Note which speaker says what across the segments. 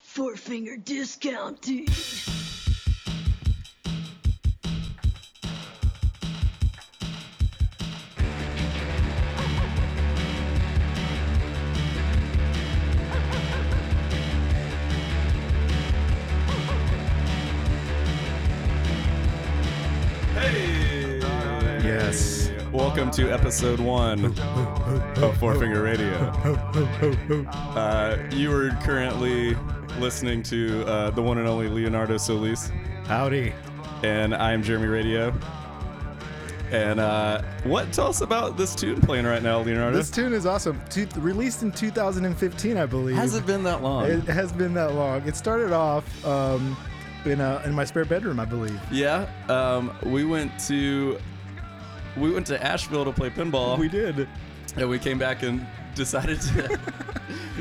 Speaker 1: Four finger discount, dude.
Speaker 2: Hey!
Speaker 3: Yes.
Speaker 2: Welcome to episode one of Four Finger Radio. Uh, you are currently listening to uh, the one and only Leonardo Solis,
Speaker 3: Howdy.
Speaker 2: and I'm Jeremy Radio. And uh, what? Tell us about this tune playing right now, Leonardo.
Speaker 3: This tune is awesome. Two, released in 2015, I believe.
Speaker 2: Has it been that long?
Speaker 3: It has been that long. It started off um, in uh, in my spare bedroom, I believe.
Speaker 2: yeah. Um, we went to we went to Asheville to play pinball.
Speaker 3: We did.
Speaker 2: And we came back and decided to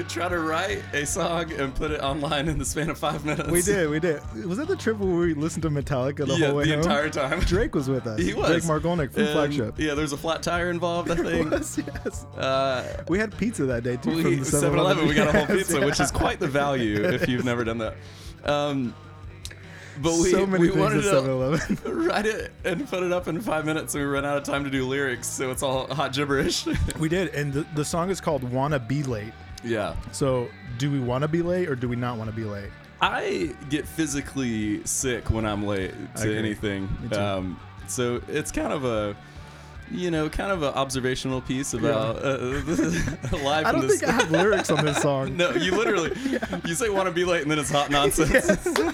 Speaker 2: try to write a song and put it online in the span of five minutes.
Speaker 3: We did. We did. Was that the trip where we listened to Metallica the
Speaker 2: yeah,
Speaker 3: whole way
Speaker 2: the
Speaker 3: home?
Speaker 2: entire time.
Speaker 3: Drake was with us.
Speaker 2: he was.
Speaker 3: Drake Margolnik from
Speaker 2: And,
Speaker 3: Flagship.
Speaker 2: Yeah, there's a flat tire involved, I think.
Speaker 3: Yes, yes.
Speaker 2: Uh,
Speaker 3: We had pizza that day too
Speaker 2: we,
Speaker 3: from the
Speaker 2: 7 Eleven, we got a whole
Speaker 3: Yes,
Speaker 2: pizza,
Speaker 3: yeah.
Speaker 2: which is quite the value if you've never done that. Um, but we,
Speaker 3: so many
Speaker 2: we wanted
Speaker 3: things
Speaker 2: to
Speaker 3: at 7-Eleven.
Speaker 2: write it and put it up in five minutes, and we ran out of time to do lyrics, so it's all hot gibberish.
Speaker 3: we did, and the, the song is called "Wanna Be Late."
Speaker 2: yeah.
Speaker 3: So, do we want to be late or do we not want to be late?
Speaker 2: I get physically sick when I'm late to
Speaker 3: agree.
Speaker 2: anything.
Speaker 3: Me too.
Speaker 2: Um, so it's kind of a, you know, kind of an observational piece about uh, life.
Speaker 3: I
Speaker 2: in
Speaker 3: don't
Speaker 2: this-
Speaker 3: think I have lyrics on this song.
Speaker 2: no, you literally, you say want to be late and then it's hot nonsense.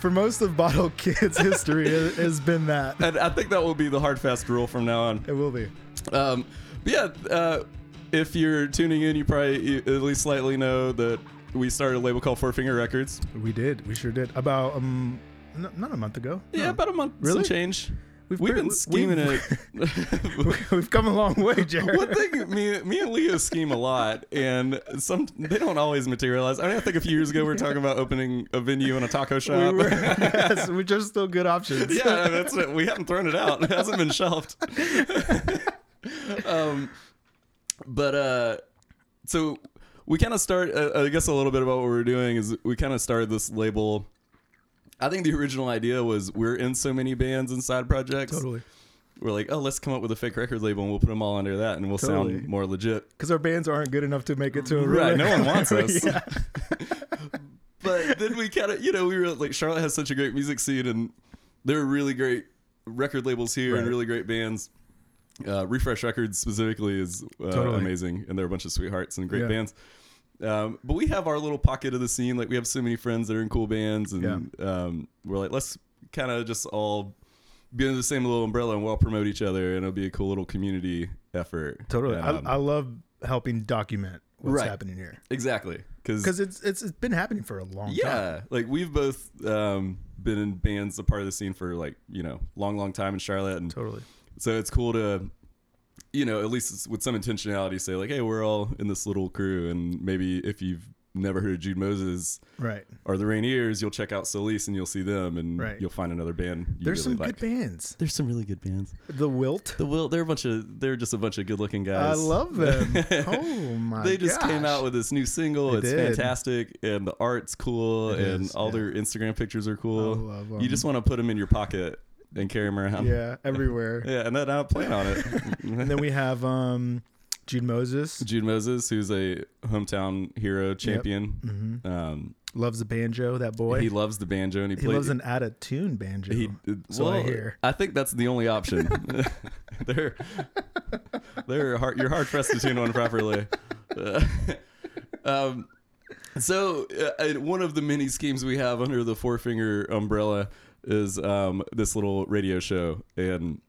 Speaker 3: For most of Bottle Kids history, it has been that.
Speaker 2: And I think that will be the hard fast rule from now on.
Speaker 3: It will be.
Speaker 2: Um, but yeah, uh, if you're tuning in, you probably you at least slightly know that we started a label called Four Finger Records.
Speaker 3: We did. We sure did. About um, n- not a month ago.
Speaker 2: Yeah,
Speaker 3: No.
Speaker 2: about a month some
Speaker 3: Oh. Really?
Speaker 2: change. We've,
Speaker 3: We've
Speaker 2: been
Speaker 3: pre- we-
Speaker 2: scheming it.
Speaker 3: we've come a long way, Jared.
Speaker 2: One thing, me, me and Leo scheme a lot, and some they don't always materialize. I mean, I think a few years ago we were talking about opening a venue in a taco
Speaker 3: We
Speaker 2: shop.
Speaker 3: were, yes, which are still good options.
Speaker 2: yeah, that's it. We haven't thrown it out. It hasn't been shelved. um, but uh, so we kind of start. Uh, I guess a little bit about what we're doing is we kind of started this label. I think the original idea was we're in so many bands and side projects.
Speaker 3: totally.
Speaker 2: We're like, oh, let's come up with a fake record label and we'll put them all under that, and we'll
Speaker 3: Totally.
Speaker 2: sound more legit.
Speaker 3: Because our bands aren't good enough to make it to a
Speaker 2: Right,
Speaker 3: real-
Speaker 2: no one wants us.
Speaker 3: Yeah.
Speaker 2: but then we kind of, you know, we were like, Charlotte has such a great music scene, and there are really great record labels here and
Speaker 3: Right.
Speaker 2: really great bands. Uh, Refresh Records specifically is uh,
Speaker 3: Totally.
Speaker 2: amazing, and they're a bunch of sweethearts and great
Speaker 3: Yeah.
Speaker 2: bands. Um, but we have our little pocket of the scene. Like we have so many friends that are in cool bands, and um, we're like, let's kind of just all be under the same little umbrella and we'll all promote each other, and it'll be a cool little community effort.
Speaker 3: Totally.
Speaker 2: And, um,
Speaker 3: I, I love helping document what's
Speaker 2: Right.
Speaker 3: happening here
Speaker 2: exactly because
Speaker 3: because it's, it's it's been happening for a long time.
Speaker 2: Yeah, like we've both um, been in bands, a part of the scene for like you know long, long time in Charlotte, and
Speaker 3: Totally.
Speaker 2: so it's cool to, you know, at least with some intentionality, say like, hey, we're all in this little crew, and maybe if you've never heard of Jude Moses
Speaker 3: Right.
Speaker 2: or the Rainiers, you'll check out Solis and you'll see them, and
Speaker 3: Right.
Speaker 2: you'll find another band you
Speaker 3: There's
Speaker 2: really
Speaker 3: some
Speaker 2: like.
Speaker 3: good bands.
Speaker 2: There's some really good bands.
Speaker 3: The Wilt.
Speaker 2: The Will, they're a bunch of they're just a bunch of good-looking
Speaker 3: I
Speaker 2: guys.
Speaker 3: love them. oh my!
Speaker 2: they just came
Speaker 3: gosh.
Speaker 2: out with this new single.
Speaker 3: They
Speaker 2: it's
Speaker 3: did.
Speaker 2: fantastic, and the art's cool,
Speaker 3: It
Speaker 2: and
Speaker 3: is,
Speaker 2: all
Speaker 3: yeah.
Speaker 2: their Instagram pictures are cool.
Speaker 3: I love 'em.
Speaker 2: You just want to put them in your pocket and carry them around.
Speaker 3: yeah everywhere.
Speaker 2: yeah, and then I plan on it.
Speaker 3: And then we have um, Jude Moses
Speaker 2: Jude Moses, who's a hometown hero champion, um,
Speaker 3: loves the banjo. That Mm-hmm. boy.
Speaker 2: he
Speaker 3: He,
Speaker 2: loves the banjo and he, plays.
Speaker 3: loves an out of tune banjo.
Speaker 2: he,
Speaker 3: so
Speaker 2: well,
Speaker 3: I hear.
Speaker 2: I think that's the only option. they're they're hard, you're hard pressed to tune one properly. Uh, um, so uh, uh, one of the many schemes we have under the four finger umbrella is um, this little radio show, and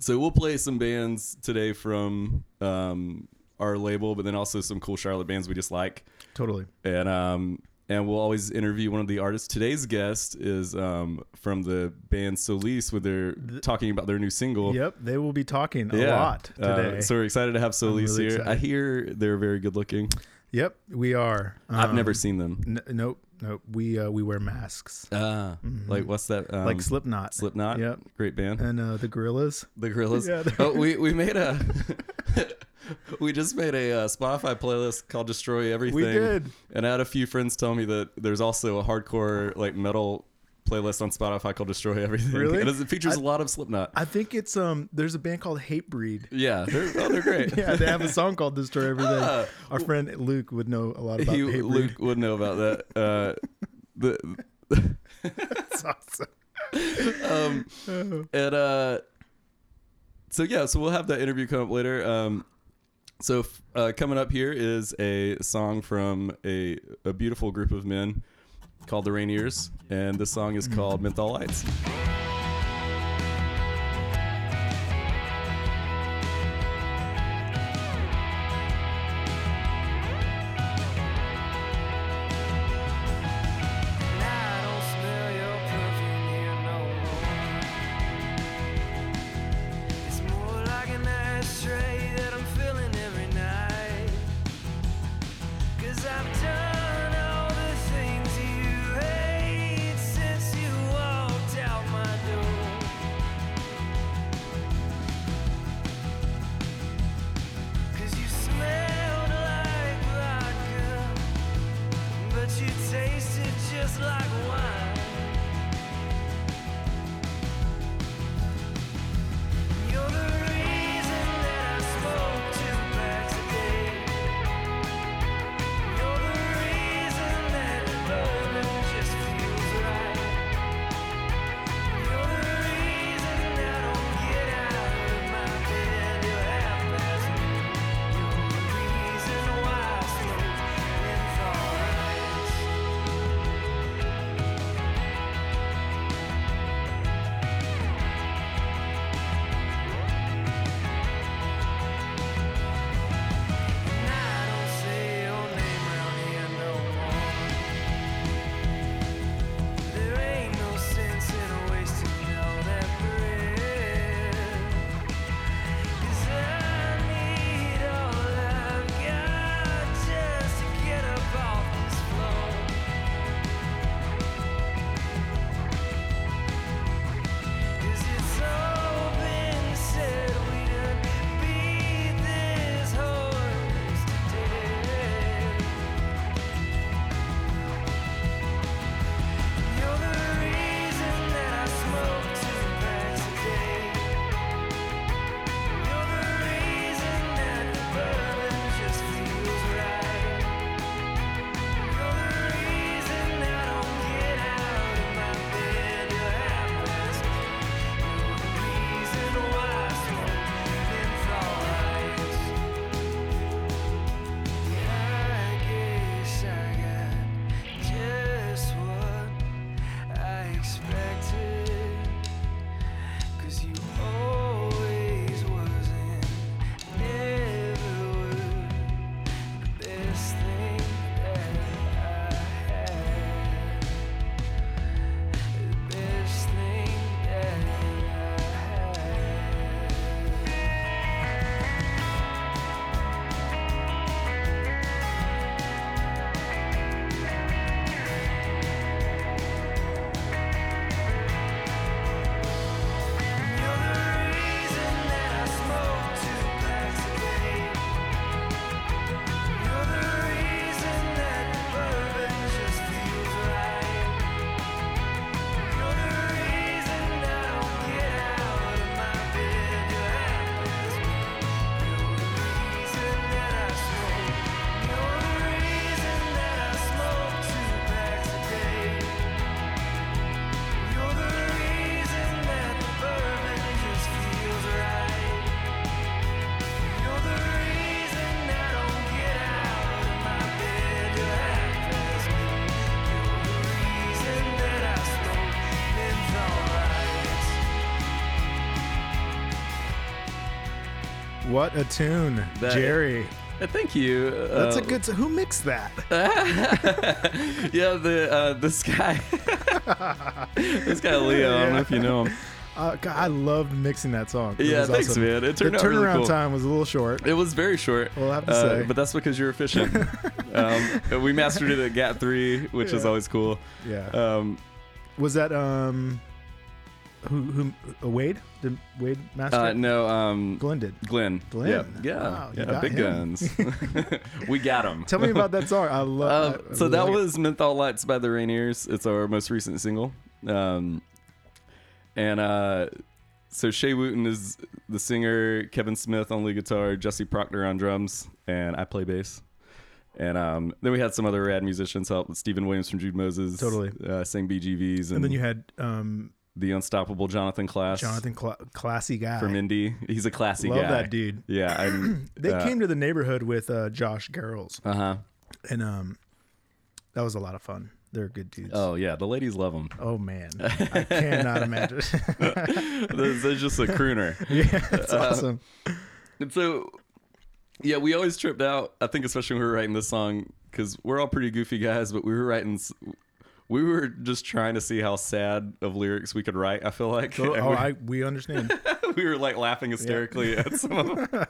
Speaker 2: so we'll play some bands today from um, our label, but then also some cool Charlotte bands we just like,
Speaker 3: Totally.
Speaker 2: and um, and we'll always interview one of the artists. Today's guest is um, from the band Solis, where they're talking about their new single.
Speaker 3: Yep. They will be talking a
Speaker 2: Yeah.
Speaker 3: lot
Speaker 2: Uh,
Speaker 3: today.
Speaker 2: so we're excited to have Solis
Speaker 3: really
Speaker 2: here. I
Speaker 3: excited.
Speaker 2: hear they're very good looking.
Speaker 3: yep. We are.
Speaker 2: I've
Speaker 3: Um,
Speaker 2: never seen them.
Speaker 3: N- nope. Nope. We uh, we wear masks
Speaker 2: Ah, like what's that? Um,
Speaker 3: mm-hmm. like Slipknot.
Speaker 2: Slipknot.
Speaker 3: Yep.
Speaker 2: great band.
Speaker 3: And uh, the Gorillas.
Speaker 2: the Gorillas.
Speaker 3: Yeah, they're-
Speaker 2: oh, we we made a we just made a uh, Spotify playlist called "Destroy Everything."
Speaker 3: did.
Speaker 2: and I had a few friends tell me that there's also a hardcore like metal playlist on Spotify called "Destroy Everything."
Speaker 3: Really?
Speaker 2: and it features a lot of Slipknot.
Speaker 3: I think it's um. There's a band called Hatebreed.
Speaker 2: yeah, they're, oh, they're great.
Speaker 3: Yeah, they have a song called "Destroy Everything." Our friend Luke would know a lot about
Speaker 2: Ah, he,
Speaker 3: Hatebreed.
Speaker 2: Luke would know about that. Uh, the
Speaker 3: It's awesome.
Speaker 2: and uh so yeah so we'll have that interview come up later um so f- uh, coming up here is a song from a, a beautiful group of men called the rainiers and this song is called menthol lights
Speaker 4: I don't smell your perfume here no more. It's more like an ashtray that I'm filling every night. Cause I've done all the things you hate since you walked out my door. Cause you smelled like vodka. But you taste it just like wine. You're the reason that I smoke two packs a day. You're the reason that bourbon just feels right. You're the reason I don't get out of my bed till half past noon. You're the reason why I smoke menthol lights. And I don't say your name round here no more. There ain't no sense in wasting all that breath. 'Cause I need all I've got just to get up off this floor. Cause it's all been said we done beat this horse to death. You're the reason that I smoke two packs a day. You're the reason that the bourbon just feels right. You're the reason I don't get out of my bed till half past You're the reason why I smoke menthol lights. I guess I got just what I expected. Cause you always wasn't, never were the best thing that I had. The best thing that I had. You're the reason that I smoke two packs a day. You're the reason that the bourbon just feels right. You're the reason I don't get out of my bed till half past You're the reason that I smoke. You're the reason that I smoke two packs a day. You're the reason that the bourbon just feels right. You're the reason I don't get out of my bed till half past noon. You're the reason that I smoke menthol lights.
Speaker 3: What a tune,
Speaker 2: That-
Speaker 3: Jerry.
Speaker 2: Uh, thank you uh,
Speaker 3: That's a good. Who mixed that? Uh,
Speaker 2: yeah the uh this guy this guy leo i don't know if you know him
Speaker 3: Uh, God, I loved mixing that song. It
Speaker 2: Yeah,
Speaker 3: was
Speaker 2: thanks, man. It turned
Speaker 3: the
Speaker 2: out
Speaker 3: turnaround
Speaker 2: really cool.
Speaker 3: time was a little short.
Speaker 2: It was very short.
Speaker 3: We'll have to
Speaker 2: uh,
Speaker 3: say.
Speaker 2: But that's because you're efficient. um, and we mastered it at GAT 3, which is Um, Uh,
Speaker 3: Yeah.
Speaker 2: always cool.
Speaker 3: Yeah.
Speaker 2: Um,
Speaker 3: was that um? who who uh, Wade? Did Wade master?
Speaker 2: Uh,
Speaker 3: it?
Speaker 2: no, um,
Speaker 3: Glenn did.
Speaker 2: Glenn.
Speaker 3: Glenn.
Speaker 2: Yeah, yeah,
Speaker 3: Wow, you
Speaker 2: yeah,
Speaker 3: got
Speaker 2: big
Speaker 3: him.
Speaker 2: guns. we got him.
Speaker 3: Tell me about that song. I
Speaker 2: Uh,
Speaker 3: love. I- I
Speaker 2: so
Speaker 3: really
Speaker 2: that
Speaker 3: like it.
Speaker 2: was Menthol Lights by the Rainiers. It's our most recent single. Um, and uh, so Shea Wooten is the singer, Kevin Smith on lead guitar, Jesse Proctor on drums, and I play bass. And um, then we had some other rad musicians help. Stephen Williams from Jude Moses.
Speaker 3: Totally.
Speaker 2: Uh, sang BGVs. And,
Speaker 3: And then you had um,
Speaker 2: the unstoppable Jonathan Class
Speaker 3: Jonathan, Cla- classy guy.
Speaker 2: from Indy. He's a classy
Speaker 3: love
Speaker 2: guy.
Speaker 3: that dude.
Speaker 2: Yeah. I'm,
Speaker 3: They
Speaker 2: uh,
Speaker 3: came to the neighborhood with uh, Josh Girls,
Speaker 2: Uh-huh.
Speaker 3: and um, that was a lot of fun. They're good dudes.
Speaker 2: Oh, yeah. The ladies love him.
Speaker 3: Oh, man, I cannot imagine.
Speaker 2: There's there's just a crooner.
Speaker 3: yeah, that's awesome.
Speaker 2: And so, yeah, we always tripped out. I think especially when we were writing this song because we're all pretty goofy guys, but we were writing. s- We were just trying to see how sad of lyrics we could write. I feel like
Speaker 3: Oh,
Speaker 2: And
Speaker 3: oh,
Speaker 2: we,
Speaker 3: I, we understand.
Speaker 2: we were like laughing hysterically at some of them.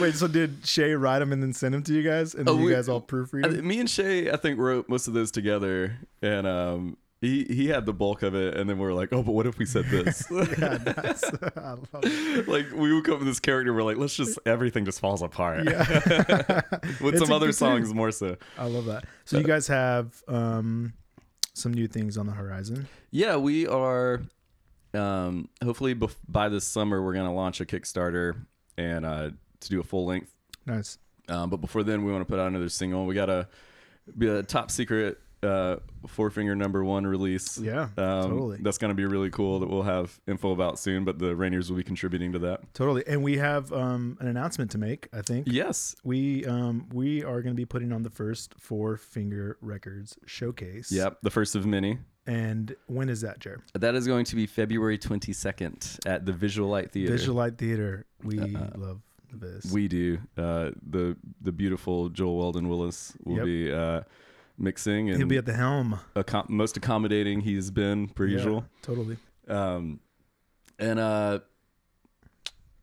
Speaker 3: Wait, so did Shay write them and then send them to you guys, and
Speaker 2: Oh,
Speaker 3: then you
Speaker 2: we-
Speaker 3: guys all proofread
Speaker 2: I-
Speaker 3: them?
Speaker 2: Me and Shay, I think, wrote most of those together, and um, he he had the bulk of it. And then we were like, oh, but what if we said this?
Speaker 3: God, nice. I love it.
Speaker 2: like we would come up with this character, we're like, let's just everything just falls apart. with
Speaker 3: It's
Speaker 2: some
Speaker 3: a
Speaker 2: other
Speaker 3: good song.
Speaker 2: songs more so.
Speaker 3: I love that. So you guys have um, some new things on the horizon.
Speaker 2: Yeah, we are. Um, hopefully, bef- by this summer, we're going to launch a Kickstarter and uh, to do a full length.
Speaker 3: Nice.
Speaker 2: Um, but before then, we want to put out another single. We got a be a top secret uh, four finger number one release.
Speaker 3: Yeah,
Speaker 2: um,
Speaker 3: totally.
Speaker 2: That's going to be really cool. That we'll have info about soon. But the Rainiers will be contributing to that.
Speaker 3: Totally. And we have um, an announcement to make, I think.
Speaker 2: Yes.
Speaker 3: We um, we are going to be putting on the first Four Finger Records showcase.
Speaker 2: Yep. The first of many.
Speaker 3: And when is that, Jer?
Speaker 2: That is going to be February twenty second at the Visual Light Theater.
Speaker 3: Visual Light Theater. We love this.
Speaker 2: Uh-uh. We do. Uh, the the beautiful Joel Weldon Willis will
Speaker 3: Yep.
Speaker 2: be uh, mixing and
Speaker 3: He'll be at the helm.
Speaker 2: accom- most accommodating he's been per usual.
Speaker 3: Yeah, totally.
Speaker 2: Um, and uh,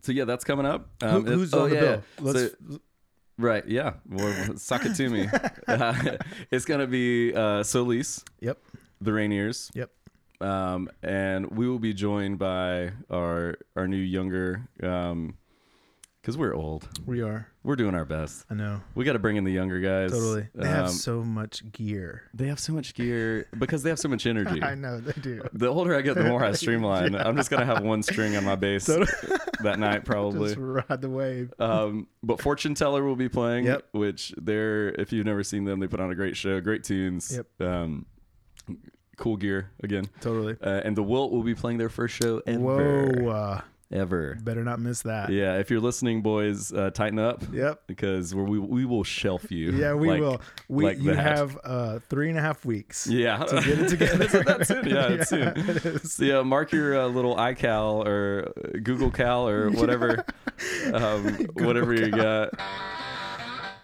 Speaker 2: so yeah, that's coming up. Um,
Speaker 3: Who,
Speaker 2: it-
Speaker 3: who's
Speaker 2: oh,
Speaker 3: on the
Speaker 2: yeah,
Speaker 3: bill?
Speaker 2: yeah.
Speaker 3: Let's.
Speaker 2: So- right, yeah. Well, suck it to me. Uh, it's gonna be uh, Solis,
Speaker 3: yep.
Speaker 2: the Rainiers,
Speaker 3: Yep.
Speaker 2: um, and we will be joined by our our new younger. Um, because we're old,
Speaker 3: We are.
Speaker 2: we're doing our best.
Speaker 3: I know.
Speaker 2: We got to bring in the younger guys.
Speaker 3: Totally. They have
Speaker 2: Um,
Speaker 3: so much gear.
Speaker 2: they have so much gear because they have so much energy.
Speaker 3: I know they do.
Speaker 2: The older I get, the more I streamline. I'm just gonna have one string on my bass that night, probably.
Speaker 3: Just ride the wave.
Speaker 2: Um, but Fortune Teller will be playing,
Speaker 3: Yep.
Speaker 2: which they're if you've never seen them, they put on a great show, great tunes,
Speaker 3: Yep.
Speaker 2: um, cool gear again.
Speaker 3: Totally.
Speaker 2: Uh, and the Wilt will be playing their first show ever,
Speaker 3: Whoa. Uh,
Speaker 2: ever.
Speaker 3: better not miss that.
Speaker 2: Yeah, if you're listening, boys, uh, tighten up.
Speaker 3: Yep.
Speaker 2: because we're, we we will shelf you.
Speaker 3: Yeah, we
Speaker 2: like-
Speaker 3: will. We
Speaker 2: like
Speaker 3: you
Speaker 2: that.
Speaker 3: have uh, three and a half weeks.
Speaker 2: Yeah. To
Speaker 3: Get it together.
Speaker 2: That's it. Yeah, it's
Speaker 3: Yeah,
Speaker 2: soon.
Speaker 3: it is.
Speaker 2: So, yeah, mark your uh, little iCal or uh, Google Cal or whatever, um, whatever you got.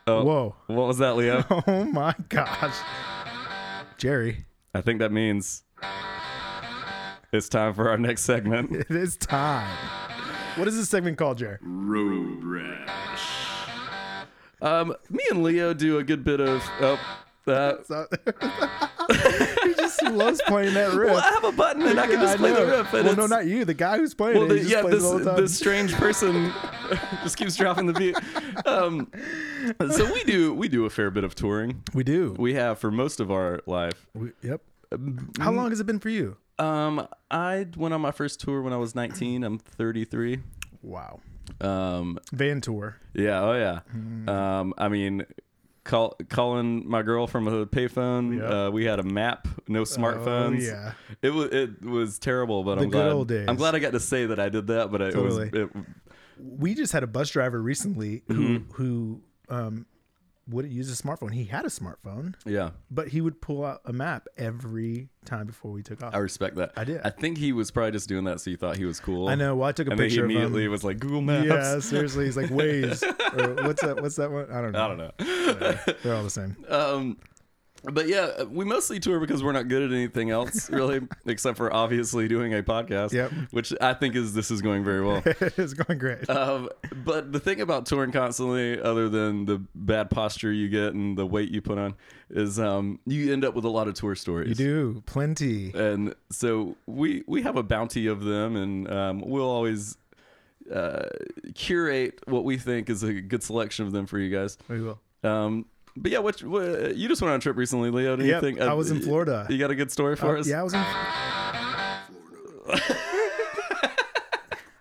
Speaker 2: Oh,
Speaker 3: Whoa.
Speaker 2: What was that, Leo?
Speaker 3: Oh my gosh. Jerry,
Speaker 2: I think that means it's time for our next segment.
Speaker 3: it is time. What is this segment called, Jerry?
Speaker 2: Road rash. Um, me and Leo do a good bit of. Oh, uh,
Speaker 3: So- he just loves playing that riff.
Speaker 2: well, I have a button and I can just
Speaker 3: I
Speaker 2: play the
Speaker 3: know.
Speaker 2: riff. And
Speaker 3: well, no,
Speaker 2: it's-
Speaker 3: not you. The guy who's playing
Speaker 2: Well,
Speaker 3: it.
Speaker 2: the,
Speaker 3: He just
Speaker 2: yeah,
Speaker 3: plays
Speaker 2: this,
Speaker 3: it all the time.
Speaker 2: this strange person just keeps dropping the beat. Um, so we do we do a fair bit of touring.
Speaker 3: we do.
Speaker 2: We um, have for most of our life.
Speaker 3: We- yep. How long has it been for you?
Speaker 2: Um, I went on my first tour when I was 19. I'm 33.
Speaker 3: Wow.
Speaker 2: Um,
Speaker 3: Van tour.
Speaker 2: yeah, oh
Speaker 3: Mm.
Speaker 2: yeah. Um, I mean, call, calling my girl from a payphone.
Speaker 3: Yeah.
Speaker 2: Uh, we had a map, no smartphones.
Speaker 3: Oh, yeah.
Speaker 2: it was it was terrible, but I'm
Speaker 3: good
Speaker 2: glad.
Speaker 3: old days.
Speaker 2: I'm glad I got to say that I did that, but I, it
Speaker 3: Totally.
Speaker 2: was it,
Speaker 3: we just had a bus driver recently who
Speaker 2: Mm-hmm.
Speaker 3: who um, wouldn't use a smartphone. He had a smartphone,
Speaker 2: yeah.
Speaker 3: but he would pull out a map every time before we took off.
Speaker 2: I respect that. I
Speaker 3: did.
Speaker 2: I think he was probably just doing that so you thought he was cool.
Speaker 3: I know. Well, I took a
Speaker 2: And then he
Speaker 3: picture
Speaker 2: immediately
Speaker 3: of him.
Speaker 2: was like Google Maps.
Speaker 3: Yeah, seriously, he's like Waze or what's that? What's that one? I don't know.
Speaker 2: I don't know. Uh,
Speaker 3: They're all the same.
Speaker 2: Um, But yeah, we mostly tour because we're not good at anything else, really, except for obviously doing a podcast.
Speaker 3: Yep.
Speaker 2: Which I think is this is going very well.
Speaker 3: it's going great.
Speaker 2: Um, but the thing about touring constantly, other than the bad posture you get and the weight you put on, is um, you end up with a lot of tour stories.
Speaker 3: you do plenty.
Speaker 2: And so we we have a bounty of them, and um, we'll always uh, curate what we think is a good selection of them for you guys.
Speaker 3: We will.
Speaker 2: Um, but yeah, what, what you just went on a trip recently, Leo? Did
Speaker 3: Yep,
Speaker 2: you think, uh,
Speaker 3: I was in Florida. Uh,
Speaker 2: You got a good story for us?
Speaker 3: Oh, Yeah, I was in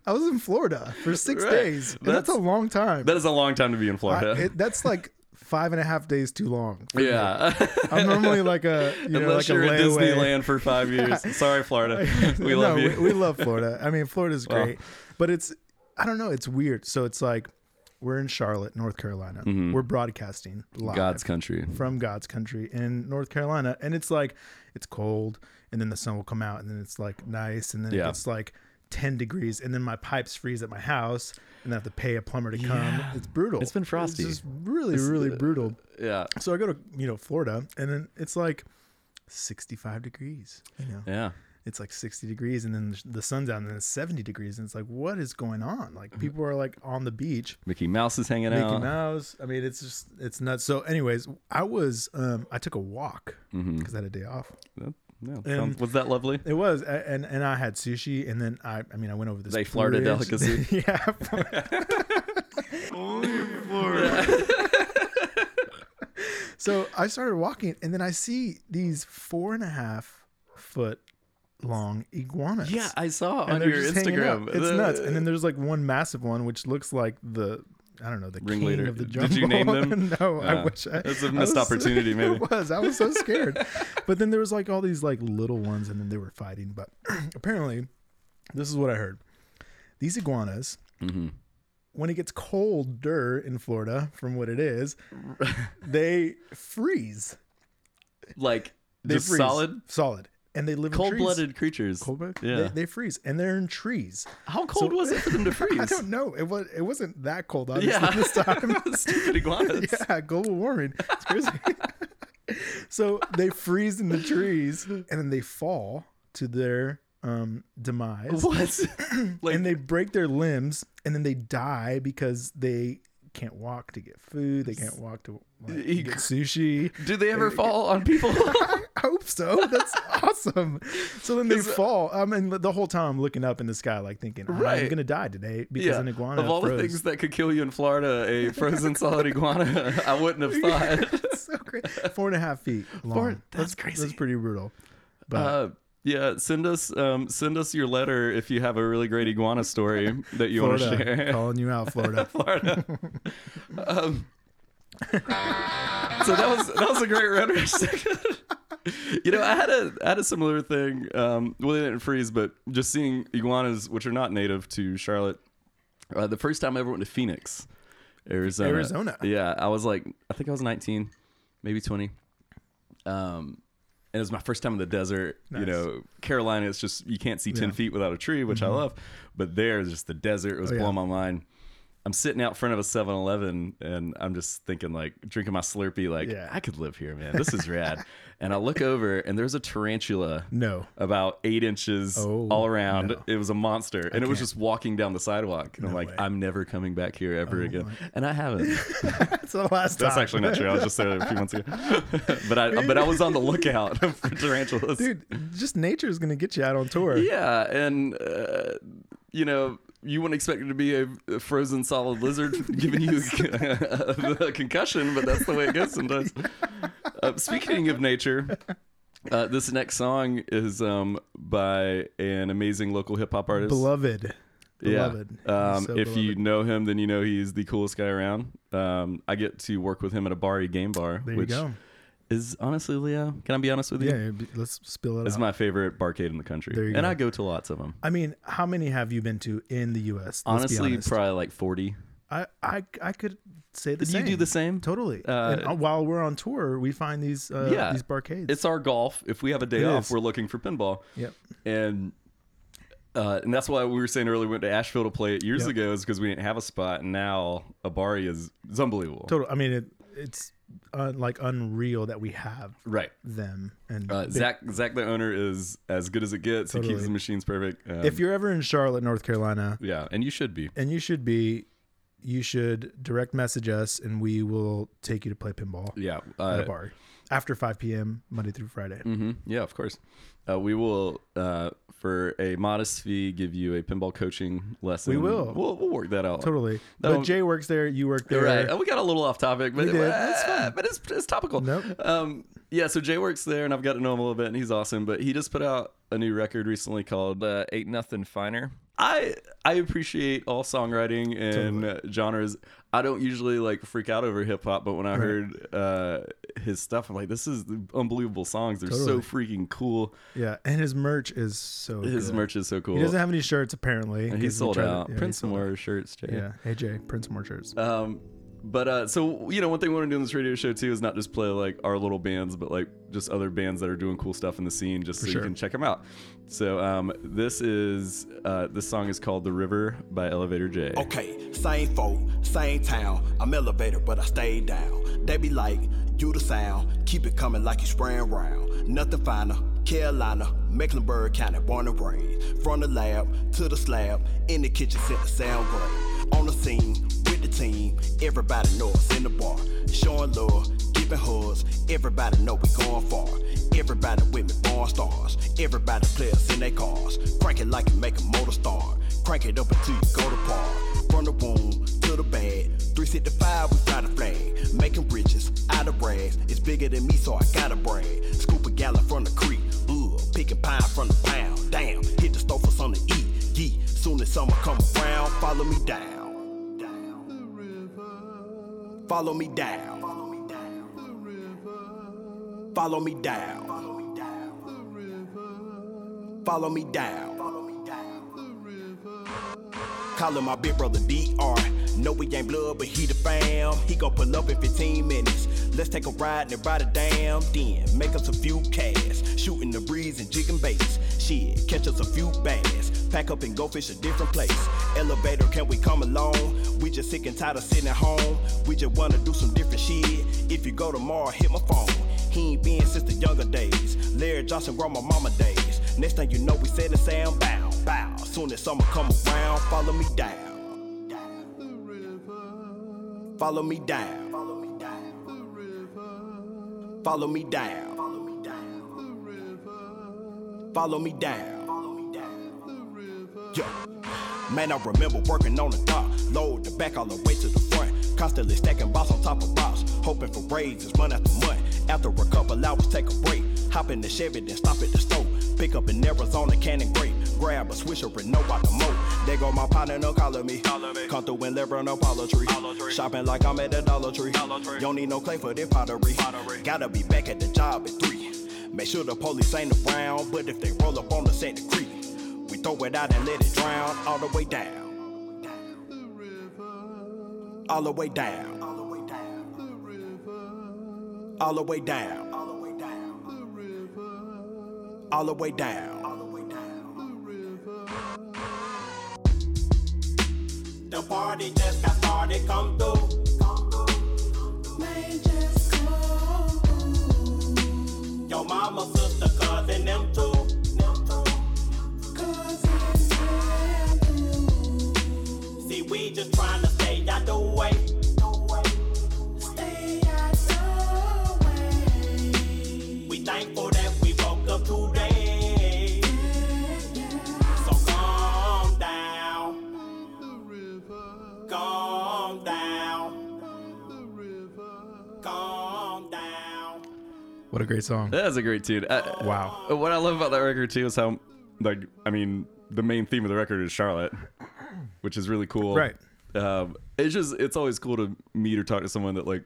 Speaker 3: I was in Florida for six
Speaker 2: Right.
Speaker 3: days. And that's,
Speaker 2: That's-
Speaker 3: a long time.
Speaker 2: that is a long time to be in Florida.
Speaker 3: I- it- that's like five and a half days too long. for me.
Speaker 2: yeah,
Speaker 3: I'm normally like a you know
Speaker 2: unless
Speaker 3: like
Speaker 2: you're
Speaker 3: a
Speaker 2: at
Speaker 3: layaway.
Speaker 2: Disneyland for five years. Sorry, Florida. We
Speaker 3: no,
Speaker 2: love you.
Speaker 3: We, we love Florida. I mean, Florida's great, but it's I don't know. It's weird. So it's like we're in Charlotte, North Carolina.
Speaker 2: Mm-hmm.
Speaker 3: We're broadcasting live
Speaker 2: God's country.
Speaker 3: from God's country in North Carolina, and it's like it's cold, and then the sun will come out, and then it's like nice, and then
Speaker 2: Yeah.
Speaker 3: it gets like. 10 degrees and then my pipes freeze at my house and I have to pay a plumber to come.
Speaker 2: Yeah.
Speaker 3: It's brutal.
Speaker 2: It's been frosty. uh,
Speaker 3: It's just really really brutal.
Speaker 2: Yeah,
Speaker 3: So I go to, you know, Florida and then it's like 65 degrees, you know
Speaker 2: yeah.
Speaker 3: it's like 60 degrees and then the sun's out and then it's 70 degrees and it's like what is going on
Speaker 2: Mm-hmm.
Speaker 3: like people are like on the beach
Speaker 2: Mickey Mouse is hanging
Speaker 3: making
Speaker 2: out.
Speaker 3: mouse i mean it's just it's nuts so anyways i was um i took a walk because
Speaker 2: Mm-hmm.
Speaker 3: i had a day off
Speaker 2: Yeah, yeah, sounds- was that lovely?
Speaker 3: it was a- and and i had sushi and then i i mean i went over this
Speaker 2: They Florida
Speaker 3: bridge.
Speaker 2: delicacy.
Speaker 3: yeah so i started walking and then i see these four and a half foot long iguanas
Speaker 2: Yeah, I saw
Speaker 3: and
Speaker 2: on
Speaker 3: they're
Speaker 2: your
Speaker 3: just hanging out.
Speaker 2: Instagram.
Speaker 3: It's
Speaker 2: The-
Speaker 3: nuts. And then there's like one massive one which looks like the I don't know the
Speaker 2: Ringleader.
Speaker 3: king of the jungle.
Speaker 2: Did you name them?
Speaker 3: no, I
Speaker 2: Uh,
Speaker 3: wish. I,
Speaker 2: that's a
Speaker 3: I
Speaker 2: missed
Speaker 3: was-
Speaker 2: opportunity, maybe.
Speaker 3: it was. I was so scared. but then there was like all these like little ones, and then they were fighting. But apparently, this is what I heard: these iguanas.
Speaker 2: Mm-hmm.
Speaker 3: When it gets colder in Florida, from what it is, they freeze.
Speaker 2: like
Speaker 3: They
Speaker 2: just
Speaker 3: freeze.
Speaker 2: solid,
Speaker 3: solid, and they live in trees.
Speaker 2: cold-blooded creatures.
Speaker 3: Cold-blooded?
Speaker 2: Yeah.
Speaker 3: They, they freeze, and they're in trees.
Speaker 2: How cold was it for them to freeze?
Speaker 3: I don't know. It was it wasn't that cold obviously
Speaker 2: yeah,
Speaker 3: this time.
Speaker 2: Stupid iguanas.
Speaker 3: yeah, global warming. It's crazy. so they freeze in the trees and then they fall to their um demise
Speaker 2: What? like
Speaker 3: and they break their limbs and then they die because they can't walk to get food. They can't walk to like,
Speaker 2: He-
Speaker 3: get sushi.
Speaker 2: Do they ever fall on people?
Speaker 3: I hope so. That's awesome. So then they fall. I mean, the whole time I'm looking up in the sky, like thinking, I'm
Speaker 2: Right.
Speaker 3: gonna die today because an iguana
Speaker 2: of all
Speaker 3: froze.
Speaker 2: the things that could kill you in Florida, a frozen solid iguana, I wouldn't have thought.
Speaker 3: It's so crazy. Four and a half feet long.
Speaker 2: that's
Speaker 3: That's
Speaker 2: crazy.
Speaker 3: pretty brutal. But
Speaker 2: Uh, yeah, send us um, send us your letter if you have a really great iguana story that you want to
Speaker 3: Florida,
Speaker 2: share.
Speaker 3: calling you out, Florida.
Speaker 2: Florida. um, so that was that was a great rhetoric. you know, I had a I had a similar thing. Um, well, they didn't freeze, but just seeing iguanas, which are not native to Charlotte. Uh, the first time I ever went to Phoenix, Arizona.
Speaker 3: Arizona.
Speaker 2: Yeah, I was like, I think I was 19, maybe 20. Um, and it was my first time in the desert. You
Speaker 3: Nice.
Speaker 2: know, Carolina is just you can't see 10
Speaker 3: Yeah. Mm-hmm.
Speaker 2: feet without a tree, which I love. But there, just the desert it was
Speaker 3: Oh, yeah.
Speaker 2: blowing my mind. I'm sitting out front of a 7-Eleven and I'm just thinking like drinking my Slurpee like
Speaker 3: Yeah.
Speaker 2: I could live here, man. This is rad. and I look over and there's a tarantula
Speaker 3: No.
Speaker 2: about 8 inches
Speaker 3: Oh,
Speaker 2: all around.
Speaker 3: no.
Speaker 2: It was a monster and it was just walking down the sidewalk and I'm like
Speaker 3: way. Oh
Speaker 2: I'm never coming back here ever again. And I haven't.
Speaker 3: That's the last
Speaker 2: That's
Speaker 3: time.
Speaker 2: actually not true. I was just there a few months ago. but I but I was on the lookout for tarantulas.
Speaker 3: Dude, just nature is gonna get you out on tour.
Speaker 2: Yeah, and uh, you know you wouldn't expect it to be a a frozen solid lizard giving you a, concussion, but that's the way it goes sometimes. Uh, speaking of nature. Uh, this next song is um, by an amazing local hip hop artist.
Speaker 3: Beloved. Beloved.
Speaker 2: Yeah. Um,
Speaker 3: So
Speaker 2: if you
Speaker 3: beloved.
Speaker 2: know him, then you know he's the coolest guy around. Um, I get to work with him at a bar, game bar,
Speaker 3: There you
Speaker 2: which
Speaker 3: go.
Speaker 2: is honestly, Leo, can I be honest with you?
Speaker 3: Yeah, yeah, b- let's spill it
Speaker 2: It's
Speaker 3: out.
Speaker 2: my favorite barcade in the country.
Speaker 3: There you
Speaker 2: and
Speaker 3: go.
Speaker 2: I go to lots of them.
Speaker 3: I mean, how many have you been to in the US? Let's be
Speaker 2: Honestly,
Speaker 3: honest.
Speaker 2: probably like 40.
Speaker 3: I, I I could say the
Speaker 2: Do
Speaker 3: same.
Speaker 2: you do the same?
Speaker 3: Totally.
Speaker 2: Uh,
Speaker 3: and uh, while we're on tour, we find these uh,
Speaker 2: Yeah.
Speaker 3: these barcades.
Speaker 2: It's our golf. If we have a day
Speaker 3: It
Speaker 2: off,
Speaker 3: is.
Speaker 2: we're looking for pinball.
Speaker 3: Yep.
Speaker 2: And uh, and that's why we were saying earlier we went to Asheville to play it years
Speaker 3: Yep.
Speaker 2: ago is because we didn't have a spot. And now Abari is it's unbelievable.
Speaker 3: Total. I mean, it, it's uh, like unreal that we have
Speaker 2: Right.
Speaker 3: them. And
Speaker 2: Uh,
Speaker 3: they-
Speaker 2: Zach, Zach, the owner, is as good as it gets. He keeps
Speaker 3: Totally.
Speaker 2: the machines perfect. Um,
Speaker 3: if you're ever in Charlotte, North Carolina,
Speaker 2: yeah, and you should be.
Speaker 3: and you should be, you should direct message us, and we will take you to play pinball
Speaker 2: Yeah,
Speaker 3: at
Speaker 2: uh,
Speaker 3: a bar after 5 p.m. Monday through Friday.
Speaker 2: mhm, yeah, of course. Uh, we will, uh, for a modest fee, give you a pinball coaching lesson.
Speaker 3: We will.
Speaker 2: We'll, we'll work that out
Speaker 3: Totally.
Speaker 2: That'll-
Speaker 3: But Jay works there. You work there.
Speaker 2: Right. Uh, We got a little off topic, but,
Speaker 3: We did. That's
Speaker 2: uh, but it's, it's topical.
Speaker 3: Nope.
Speaker 2: Um, yeah, so Jay works there, and I've got to know him a little bit, and he's awesome. But he just put out a new record recently called uh,
Speaker 5: Ain't nothing finer.
Speaker 2: I I appreciate all songwriting and uh, genres. I don't usually like freak out over hip hop, but when I heard uh, his stuff, I'm like, this is unbelievable songs. They're so
Speaker 3: Totally.
Speaker 2: freaking cool.
Speaker 3: Yeah. And his merch is so.
Speaker 2: His
Speaker 3: good.
Speaker 2: merch is so cool.
Speaker 3: He doesn't have any shirts apparently.
Speaker 2: and
Speaker 3: 'cause we
Speaker 2: he sold
Speaker 3: tried to-
Speaker 2: out.
Speaker 3: yeah, he
Speaker 2: Print some
Speaker 3: sold out.
Speaker 2: more shirts, Jay.
Speaker 3: Yeah. Hey Jay, print some more shirts.
Speaker 2: Um, but uh, so you know, one thing we want to do in this radio show too is not just play like our little bands, but like just other bands that are doing cool stuff in the scene, just so
Speaker 3: sure.
Speaker 2: you can check them out. So um, this is uh, this song is called "The River" by Elevator J.
Speaker 6: Okay, same folk, same town. I'm elevated, but I stay down. They be like, you the sound. Keep it coming like you spraying round. Nothing finer. Carolina, Mecklenburg County, born and raised. From the lab to the slab, in the kitchen, set the sound great. On the scene, with the team, everybody know us in the bar. Showing love, keeping hugs, everybody know we going far. Everybody with me, born stars. Everybody play us in their cars. Crank it like it make a motor start. Crank it up until you go to par. From the womb to the bag. 365, we fly the flag. Making riches out of rags. It's bigger than me, so I gotta brag. Scoop a gallon from the creek. Ugh, picking pine from the pound. Damn, hit the stove for something to eat. Yee, soon as summer come around, follow me down. Follow me down. Follow me down. Follow me down. Follow me down. Follow me down. Follow me down. Calling my big brother DR. No, we ain't blood, but he the fam. He gon' pull up in 15 minutes. Let's take a ride and ride a damn. Then make us a few cash. Shooting the breeze and jigging bass. Shit, catch us a few bass. Pack up and go fish a different place. Elevator, can we come along? We just sick and tired of sitting at home. We just wanna do some different shit. If you go tomorrow, hit my phone. He ain't been since the younger days. Larry Johnson, grandma mama days. Next thing you know, we said the sound bow, bow. Soon as summer come around, follow me down. Follow me down. Follow me down. Follow me down. Follow me down. Follow me down. Yeah. Man, I remember working on the dock, load the back all the way to the front, constantly stacking box on top of box, hoping for raises month after month. After a couple hours, take a break, hop in the Chevy, then stop at the store, pick up an Arizona Cannon grape, grab a swisher and know out the moat. There go my partner, no calling me. Come through and live on Apollo tree. Shopping like I'm at the Dollar Tree. You don't need no clay for this pottery. Gotta be back at the job at three. Make sure the police ain't around, but if they roll up on the set, the creep. We throw it out and let it drown all the way down. All the way down. All the way down. All the way down. All the way down. All the way down. The party just got started. Come through. Your mama, sister, cousin, them two. Them two. See, we just trying to stay out the way. We thankful that we woke up today. So calm down. Calm down. Calm down.
Speaker 3: What a great song.
Speaker 2: That's a great tune. I,
Speaker 3: Wow.
Speaker 2: What I love about that record too is how, like, I mean, the main theme of the record is Charlotte, which is really cool.
Speaker 3: Right.
Speaker 2: Um, it's just it's always cool to meet or talk to someone that like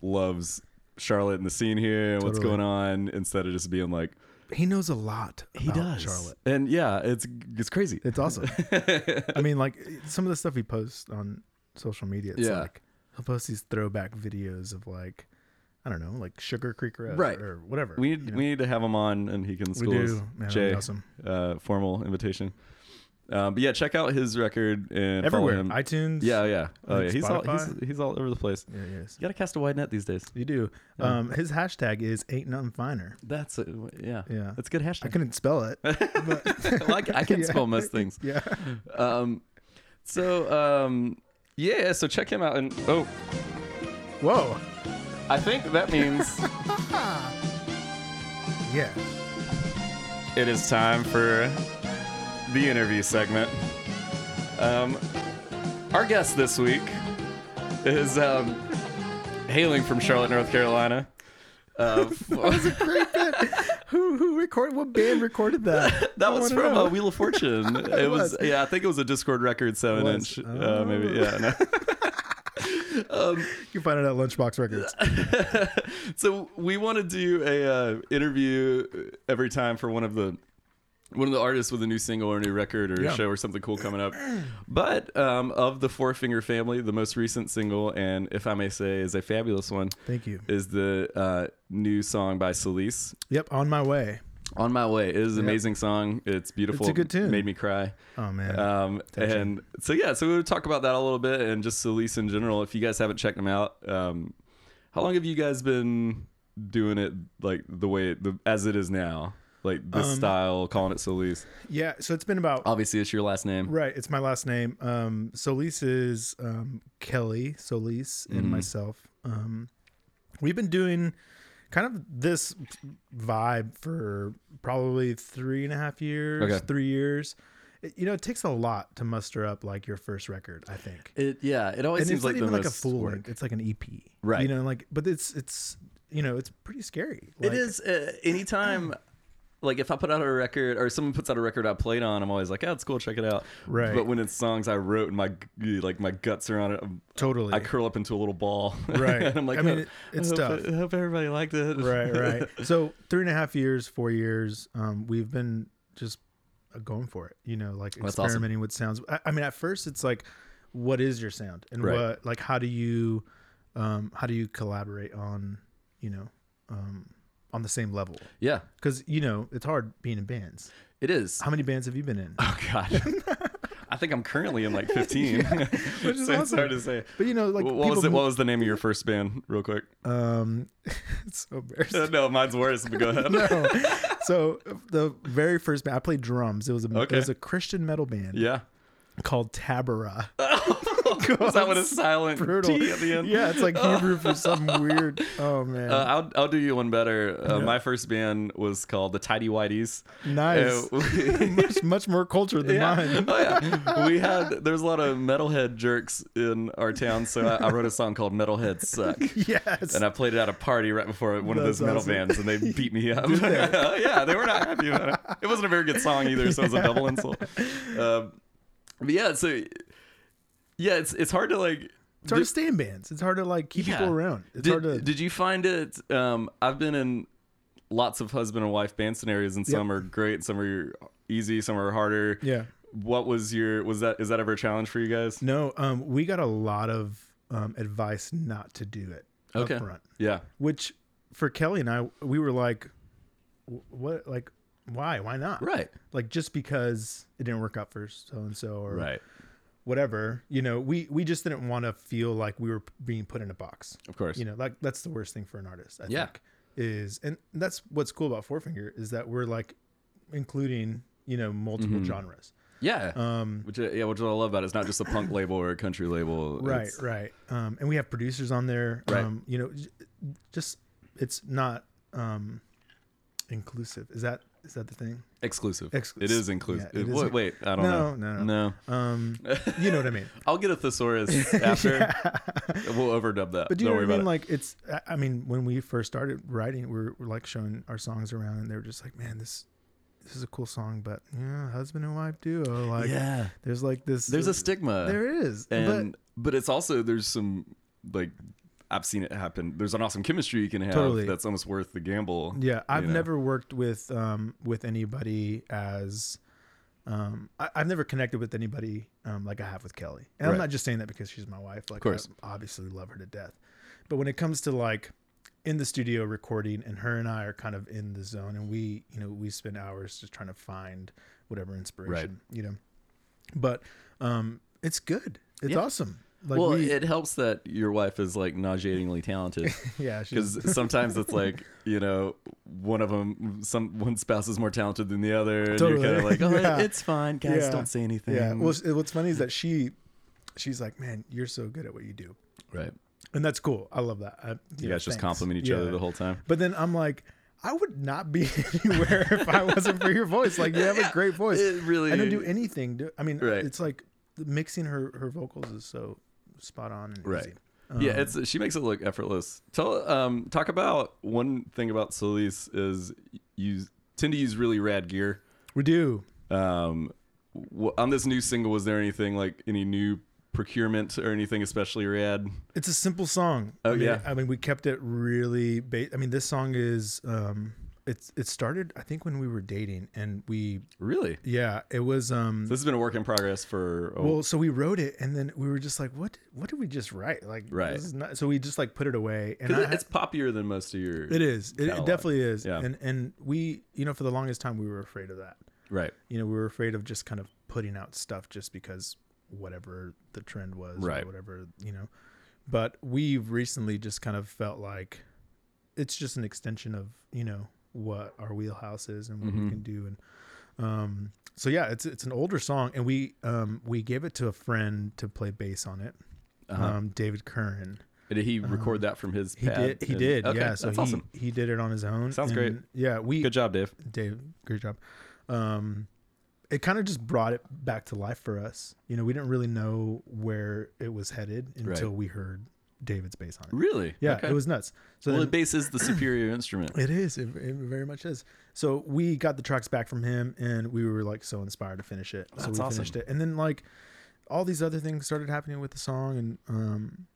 Speaker 2: loves Charlotte and the scene here and what's
Speaker 3: Totally.
Speaker 2: going on instead of just being like
Speaker 3: He knows a lot. He does. Oh, Charlotte.
Speaker 2: And yeah, it's it's crazy.
Speaker 3: It's awesome. I mean, like some of the stuff he posts on social media. It's
Speaker 2: Yeah.
Speaker 3: like he'll post these throwback videos of like, I don't know, like Sugar Creek Road
Speaker 2: Right.
Speaker 3: or whatever.
Speaker 2: we need
Speaker 3: you know.
Speaker 2: we need to have him on and he can school
Speaker 3: do.
Speaker 2: us.
Speaker 3: Man, that'd be
Speaker 2: Jay,
Speaker 3: awesome.
Speaker 2: uh, formal invitation. Um, but yeah, check out his record and
Speaker 3: Everywhere.
Speaker 2: follow him.
Speaker 3: iTunes.
Speaker 2: yeah, yeah. Oh, yeah. He's all, he's,
Speaker 3: Spotify.
Speaker 2: he's all over the place.
Speaker 3: Yeah, he is.
Speaker 2: You got to cast a wide net these days.
Speaker 3: You do. Um, his hashtag is ain't nothing finer.
Speaker 2: That's a, yeah.
Speaker 3: Yeah.
Speaker 2: That's a good hashtag.
Speaker 3: I couldn't spell it.
Speaker 2: Well, I, c- I can
Speaker 3: Yeah.
Speaker 2: spell most things.
Speaker 3: yeah.
Speaker 2: Um, so um, yeah, so check him out. And oh,
Speaker 3: Whoa.
Speaker 2: I think that means
Speaker 3: Yeah.
Speaker 2: it is time for the interview segment. Um, our guest this week is um, hailing from Charlotte, North Carolina. Uh, f-
Speaker 3: Who who recorded? What band recorded that?
Speaker 2: that
Speaker 3: I
Speaker 2: was
Speaker 3: wanna
Speaker 2: from
Speaker 3: know.
Speaker 2: uh, Wheel of Fortune. It, was,
Speaker 3: was.
Speaker 2: yeah, I think it was a Discord record seven
Speaker 3: was.
Speaker 2: inch, uh, maybe yeah. no.
Speaker 3: You can find it at Lunchbox Records.
Speaker 2: so we want to do a uh, interview every time for one of the one of the artists with a new single or a new record or
Speaker 3: Yeah.
Speaker 2: a show or something cool coming up. But um, of the Four Finger Family, the most recent single, and if I may say, is a fabulous one.
Speaker 3: Thank you.
Speaker 2: Is the uh, new song by Solis,
Speaker 3: Yep. On my way.
Speaker 2: "On My Way." It is an amazing song. It's beautiful.
Speaker 3: It's a good tune.
Speaker 2: Made me cry.
Speaker 3: Oh man.
Speaker 2: Um, and so yeah, so we'll talk about that a little bit and just Solis in general. If you guys haven't checked them out, um, how long have you guys been doing it like the way the as it is now, like this
Speaker 3: Um,
Speaker 2: style, calling it Solis?
Speaker 3: yeah. So it's been about
Speaker 2: Obviously, it's your last name.
Speaker 3: Right, it's my last name. Um, Solis is um, Kelly Solis and
Speaker 2: Mm-hmm.
Speaker 3: myself. Um, we've been doing kind of this vibe for probably three and a half years,
Speaker 2: Okay.
Speaker 3: three years. It, you know, it takes a lot to muster up like your first record. I think
Speaker 2: It yeah, it always
Speaker 3: and
Speaker 2: seems
Speaker 3: it's not
Speaker 2: like the
Speaker 3: even like a
Speaker 2: most
Speaker 3: full
Speaker 2: work.
Speaker 3: length. It's like an EP,
Speaker 2: Right.
Speaker 3: You know, like but it's it's you know it's pretty scary. Like,
Speaker 2: it is uh, anytime. Like if I put out a record or someone puts out a record I played on, I'm always like, "Oh, it's cool, check it out."
Speaker 3: Right.
Speaker 2: But when it's songs I wrote and my g- like my guts are on it, I'm-
Speaker 3: totally.
Speaker 2: I curl up into a little ball.
Speaker 3: Right.
Speaker 2: and I'm like,
Speaker 3: I mean,
Speaker 2: "Oh,
Speaker 3: it- it's
Speaker 2: I hope,
Speaker 3: tough."
Speaker 2: I hope everybody liked it.
Speaker 3: right right so three and a half years four years um we've been just uh, going for it you know like
Speaker 2: That's awesome.
Speaker 3: experimenting with sounds I, I mean at first it's like what is your sound and
Speaker 2: Right.
Speaker 3: what like how do you um how do you collaborate on you know um on the same level
Speaker 2: yeah,
Speaker 3: because you know it's hard being in bands
Speaker 2: it is.
Speaker 3: how many bands have you been in
Speaker 2: Oh God. I think I'm currently in like 15.
Speaker 3: which is
Speaker 2: so it's
Speaker 3: awesome.
Speaker 2: hard to say.
Speaker 3: but you know like
Speaker 2: Wh- what was
Speaker 3: people
Speaker 2: it?
Speaker 3: mo-
Speaker 2: What was the name of your first band, real quick?
Speaker 3: um it's so embarrassing
Speaker 2: Uh, no, mine's worse. But go ahead.
Speaker 3: so the very first band I played drums. It was a
Speaker 2: Okay.
Speaker 3: it was a Christian metal band
Speaker 2: Yeah.
Speaker 3: called Tabara.
Speaker 2: Was that with a silent
Speaker 3: brutal.
Speaker 2: T at the end?
Speaker 3: Yeah, it's like Hebrew for some weird. Oh man,
Speaker 2: Oh. Uh, I'll, I'll do you one better. Uh, My first band was called the Tidy Whiteys.
Speaker 3: Mm. nice.
Speaker 2: Uh,
Speaker 3: much much more culture than mine.
Speaker 2: Oh, yeah. We had, there's a lot of metalhead jerks in our town, so I, I wrote a song called Metalhead Suck.
Speaker 3: Yes.
Speaker 2: And uh, I played it at a party right before one of
Speaker 3: That's
Speaker 2: those metal
Speaker 3: awesome.
Speaker 2: bands, and they beat me up. Oh, yeah, they were not happy about it. It wasn't a very good song either, so it was a double insult. Um, but yeah, so yeah, it's it's hard to like.
Speaker 3: it's hard to stay in bands. It's hard to like keep people around. It's
Speaker 2: did,
Speaker 3: hard to.
Speaker 2: did you find it? Um, I've been in lots of husband and wife band scenarios, and some are great, some are easy, some are harder.
Speaker 3: Yeah.
Speaker 2: What was your was that is that ever a challenge for you guys?
Speaker 3: no, um, we got a lot of um, advice not to do it.
Speaker 2: Okay.
Speaker 3: Up front.
Speaker 2: Yeah.
Speaker 3: Which for Kelly and I, we were like, "Wh- what? Like, why? Why not?
Speaker 2: Right.
Speaker 3: Like just because it didn't work out for so and so, or whatever you know we we just didn't want to feel like we were being put in a box
Speaker 2: Of course.
Speaker 3: you know like that's the worst thing for an artist i
Speaker 2: Yeah.
Speaker 3: think is and that's what's cool about forefinger is that we're like including you know multiple
Speaker 2: Mm-hmm.
Speaker 3: genres
Speaker 2: Yeah. Um, which yeah, which is what I love about it. It's not just a punk label or a country label.
Speaker 3: right
Speaker 2: It's-
Speaker 3: right um and we have producers on there
Speaker 2: Right.
Speaker 3: um you know j- just it's not um inclusive is that is that the thing
Speaker 2: Exclusive.
Speaker 3: Ex-
Speaker 2: it is inclusive.
Speaker 3: yeah, it
Speaker 2: It-
Speaker 3: is
Speaker 2: wait,
Speaker 3: in-
Speaker 2: wait, I don't
Speaker 3: No,
Speaker 2: know.
Speaker 3: no, um you know what i mean
Speaker 2: I'll get a thesaurus after. We'll overdub that.
Speaker 3: But do you
Speaker 2: don't
Speaker 3: know
Speaker 2: worry
Speaker 3: what I mean?
Speaker 2: about
Speaker 3: Like it's, I- I mean, when we first started writing, we're, we're like showing our songs around, and they were just like, "Man, this, this is a cool song, but yeah, husband and wife duo,
Speaker 2: it.
Speaker 3: like,
Speaker 2: yeah.
Speaker 3: there's like this,
Speaker 2: There's a stigma.
Speaker 3: there is,
Speaker 2: And but, it's also there's some like I've seen it happen. There's an awesome chemistry you can have
Speaker 3: Totally.
Speaker 2: that's almost worth the gamble.
Speaker 3: but yeah, I've
Speaker 2: you know?
Speaker 3: never worked with, um, with anybody as, um, I, I've never connected with anybody, um, like I have with Kelly, and I'm
Speaker 2: Right.
Speaker 3: not just saying that because she's my wife, like,
Speaker 2: course.
Speaker 3: I obviously love her to death, but when it comes to like in the studio recording and her and I are kind of in the zone and we, you know, we spend hours just trying to find whatever inspiration, you know. but um, it's good. It's awesome. Like
Speaker 2: well,
Speaker 3: we,
Speaker 2: it helps that your wife is like nauseatingly talented.
Speaker 3: yeah, she's,
Speaker 2: Because sometimes it's like you know one of them, some one spouse is more talented than the other, and
Speaker 3: Totally.
Speaker 2: you're kind of like, oh, it-
Speaker 3: Yeah.
Speaker 2: it's fine, guys,
Speaker 3: yeah.
Speaker 2: don't say anything.
Speaker 3: Yeah. Well, s- what's funny is that she, she's like, man, you're so good at what you do,
Speaker 2: right.
Speaker 3: and that's cool. I love that. I, you
Speaker 2: You
Speaker 3: know,
Speaker 2: guys just
Speaker 3: thanks.
Speaker 2: compliment each
Speaker 3: Yeah.
Speaker 2: other the whole time.
Speaker 3: But then I'm like, I would not be anywhere if I wasn't for your voice. Like you have a great voice.
Speaker 2: It really-
Speaker 3: I don't do anything. To, I mean,
Speaker 2: Right.
Speaker 3: it's like mixing her her vocals is so spot on and
Speaker 2: Right.
Speaker 3: easy.
Speaker 2: yeah,
Speaker 3: Um,
Speaker 2: it's she makes it look effortless. Tell um talk about one thing about Solis is you tend to use really rad gear.
Speaker 3: We do.
Speaker 2: Um, wh- on this new single, was there anything like any new procurement or anything especially rad?
Speaker 3: It's a simple song.
Speaker 2: Oh,
Speaker 3: I mean,
Speaker 2: yeah.
Speaker 3: I mean, we kept it really. Ba- I mean, this song is. um it's it started I think when we were dating and we
Speaker 2: Really,
Speaker 3: yeah it was um
Speaker 2: this has been a work in progress for. Oh,
Speaker 3: Well, so we wrote it, and then we were just like, "What? What did we just write?" Like,
Speaker 2: Right.
Speaker 3: This is not, so we just like put it away, and
Speaker 2: 'cause
Speaker 3: I,
Speaker 2: it- it's poppier than most of your.
Speaker 3: it is. It, it
Speaker 2: catalog.
Speaker 3: definitely is.
Speaker 2: Yeah.
Speaker 3: And and we, you know, for the longest time, we were afraid of that.
Speaker 2: right,
Speaker 3: You know, we were afraid of just kind of putting out stuff just because whatever the trend was, or
Speaker 2: Right.
Speaker 3: whatever you know. But we've recently just kind of felt like it's just an extension of you know what our wheelhouse is and what we
Speaker 2: Mm-hmm.
Speaker 3: can do and um so yeah it's it's an older song and we um we gave it to a friend to play bass on it
Speaker 2: Uh-huh.
Speaker 3: um david curran
Speaker 2: Did he record that from his?
Speaker 3: Uh, he
Speaker 2: pad
Speaker 3: did he
Speaker 2: and-
Speaker 3: did
Speaker 2: Okay,
Speaker 3: yeah so
Speaker 2: that's
Speaker 3: he,
Speaker 2: awesome.
Speaker 3: he did it on his own
Speaker 2: Sounds
Speaker 3: and
Speaker 2: great.
Speaker 3: yeah we
Speaker 2: Good job, Dave.
Speaker 3: Dave, great job. Um, it kind of just brought it back to life for us. You know, we didn't really know where it was headed until we heard David's bass on it.
Speaker 2: Really?
Speaker 3: Yeah,
Speaker 2: Okay.
Speaker 3: it was nuts. So
Speaker 2: Well,
Speaker 3: then-
Speaker 2: the bass is the superior instrument.
Speaker 3: it is. It, it very much is. So we got the tracks back from him, and we were like so inspired to finish it. so
Speaker 2: That's
Speaker 3: we
Speaker 2: awesome.
Speaker 3: finished it, and then like all these other things started happening with the song, and um,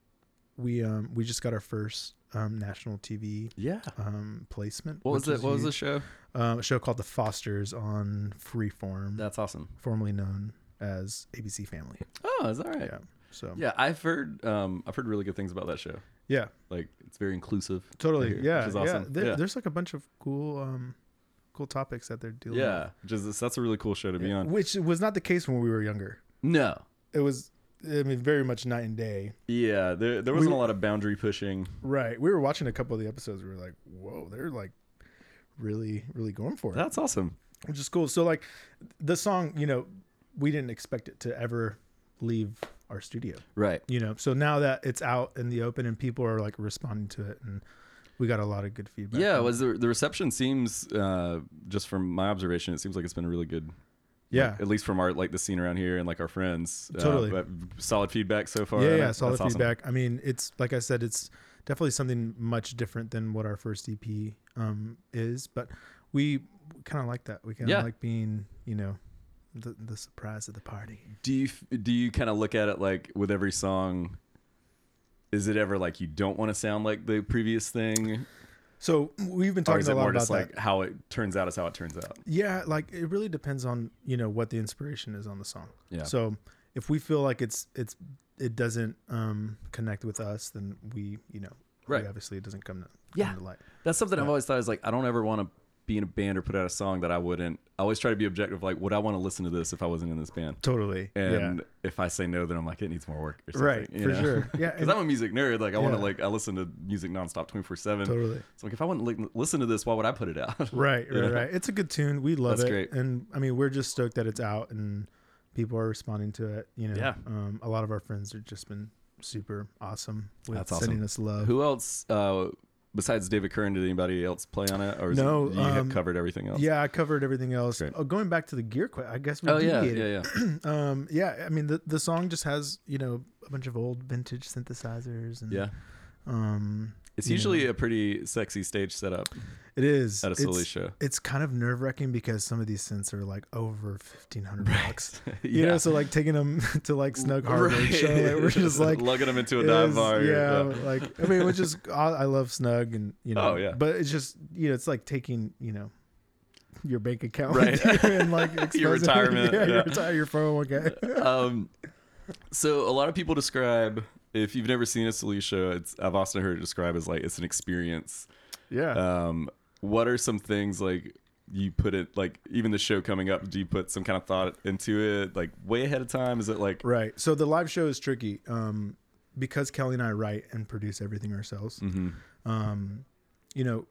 Speaker 3: we um, we just got our first um, national TV
Speaker 2: Yeah.
Speaker 3: um, placement.
Speaker 2: What was
Speaker 3: which
Speaker 2: it? What was
Speaker 3: huge
Speaker 2: the show?
Speaker 3: um, a show called The Fosters on Freeform,
Speaker 2: That's awesome.
Speaker 3: formerly known as ABC Family.
Speaker 2: Oh, is that right?
Speaker 3: Yeah. So yeah,
Speaker 2: Yeah, I've heard um, I've heard really good things about that show. Like it's very inclusive. I
Speaker 3: totally.
Speaker 2: hear,
Speaker 3: yeah,
Speaker 2: which is awesome.
Speaker 3: yeah. There-
Speaker 2: yeah.
Speaker 3: There's like a bunch of cool, um, cool topics that they're dealing.
Speaker 2: yeah, just that's a really cool show to be
Speaker 3: with,
Speaker 2: on.
Speaker 3: which was not the case when we were younger.
Speaker 2: No,
Speaker 3: It was, I mean, very much night and day.
Speaker 2: yeah, there there wasn't a lot of boundary pushing.
Speaker 3: Right. We were watching a couple of the episodes. We were like, whoa, they're like really, really going for it.
Speaker 2: That's awesome.
Speaker 3: which is cool. So like the song, you know, we didn't expect it to ever leave our studio.
Speaker 2: Right.
Speaker 3: You know, so now that it's out in the open and people are like responding to it and we got a lot of good feedback.
Speaker 2: Yeah,
Speaker 3: from it.
Speaker 2: was the, the reception seems uh, just from my observation, it seems like it's been really good.
Speaker 3: Yeah.
Speaker 2: At least from our like the scene around here and like our friends. Uh,
Speaker 3: Totally.
Speaker 2: but solid feedback so far.
Speaker 3: yeah,
Speaker 2: on
Speaker 3: yeah,
Speaker 2: it.
Speaker 3: solid
Speaker 2: That's awesome.
Speaker 3: feedback. I mean, it's like I said, it's definitely something much different than what our first EP um, is, but we kind of like that. We kind of
Speaker 2: Yeah.
Speaker 3: like being, you know, the the surprise of the party.
Speaker 2: Do you f- do you kind of look at it like with every song? Is it ever like you don't want to sound like the previous thing,
Speaker 3: So we've been
Speaker 2: or
Speaker 3: talking
Speaker 2: is
Speaker 3: a
Speaker 2: it
Speaker 3: lot
Speaker 2: more
Speaker 3: about
Speaker 2: just
Speaker 3: that.
Speaker 2: like how it turns out is how it turns out?
Speaker 3: Yeah, like it really depends on you know what the inspiration is on the song.
Speaker 2: Yeah.
Speaker 3: So if we feel like it's it's it doesn't um connect with us, then we you know we
Speaker 2: Right.
Speaker 3: obviously it doesn't come to
Speaker 2: Yeah.
Speaker 3: come to light.
Speaker 2: That's something I've always thought is like I don't ever want to be in a band or put out a song that I wouldn't. I always try to be objective. Like, would I want to listen to this if I wasn't in this band?
Speaker 3: Totally.
Speaker 2: And if I say no, then I'm like, it needs more work. Or something,
Speaker 3: Right, for sure. Yeah,
Speaker 2: Because
Speaker 3: and-
Speaker 2: I'm a music nerd. Like, I want to
Speaker 3: Yeah.
Speaker 2: like I listen to music nonstop, 24 seven.
Speaker 3: Totally.
Speaker 2: So like, if I wouldn't li- listen to this, why would I put it out?
Speaker 3: yeah. Right.
Speaker 2: You
Speaker 3: Right.
Speaker 2: know?
Speaker 3: Right. It's a good tune. We love
Speaker 2: That's
Speaker 3: it.
Speaker 2: great.
Speaker 3: And I mean, we're just stoked that it's out and people are responding to it. You know.
Speaker 2: Yeah.
Speaker 3: Um, a lot of our friends have just been super awesome with
Speaker 2: That's awesome.
Speaker 3: sending us love.
Speaker 2: Who else uh, besides David Curran? Did anybody else play on it, or is
Speaker 3: No,
Speaker 2: it, you had
Speaker 3: um,
Speaker 2: covered everything else?
Speaker 3: yeah, I covered everything else.
Speaker 2: Great.
Speaker 3: Oh, going back to the gear, que- I guess we
Speaker 2: Oh yeah,
Speaker 3: deviated.
Speaker 2: yeah, yeah.
Speaker 3: um yeah i mean the the song just has you know a bunch of old vintage synthesizers and
Speaker 2: Yeah.
Speaker 3: um
Speaker 2: It's
Speaker 3: you
Speaker 2: usually a pretty sexy stage setup.
Speaker 3: it is
Speaker 2: At a silly
Speaker 3: it's,
Speaker 2: show.
Speaker 3: it's kind of nerve-wracking because some of these synths are like over 1500 bucks you
Speaker 2: Yeah.
Speaker 3: know so like taking them to like snug harbor and show like, we're just like
Speaker 2: lugging them into a
Speaker 3: it
Speaker 2: dive
Speaker 3: is-
Speaker 2: bar.
Speaker 3: yeah like i mean which is I, I love snug and you know
Speaker 2: Oh, yeah.
Speaker 3: but it's just you know it's like taking you know your bank account
Speaker 2: Right.
Speaker 3: with you and like exposing-
Speaker 2: retirement,
Speaker 3: yeah,
Speaker 2: yeah.
Speaker 3: your retire your 401k
Speaker 2: um, so a lot of people describe if you've never seen a Solis show, it's I've also heard it described as like it's an experience.
Speaker 3: yeah
Speaker 2: Um, what are some things like you put it like even the show coming up? Do you put some kind of thought into it like way ahead of time? Is it like
Speaker 3: Right. So the live show is tricky um, because Kelly and I write and produce everything ourselves. Um, you know,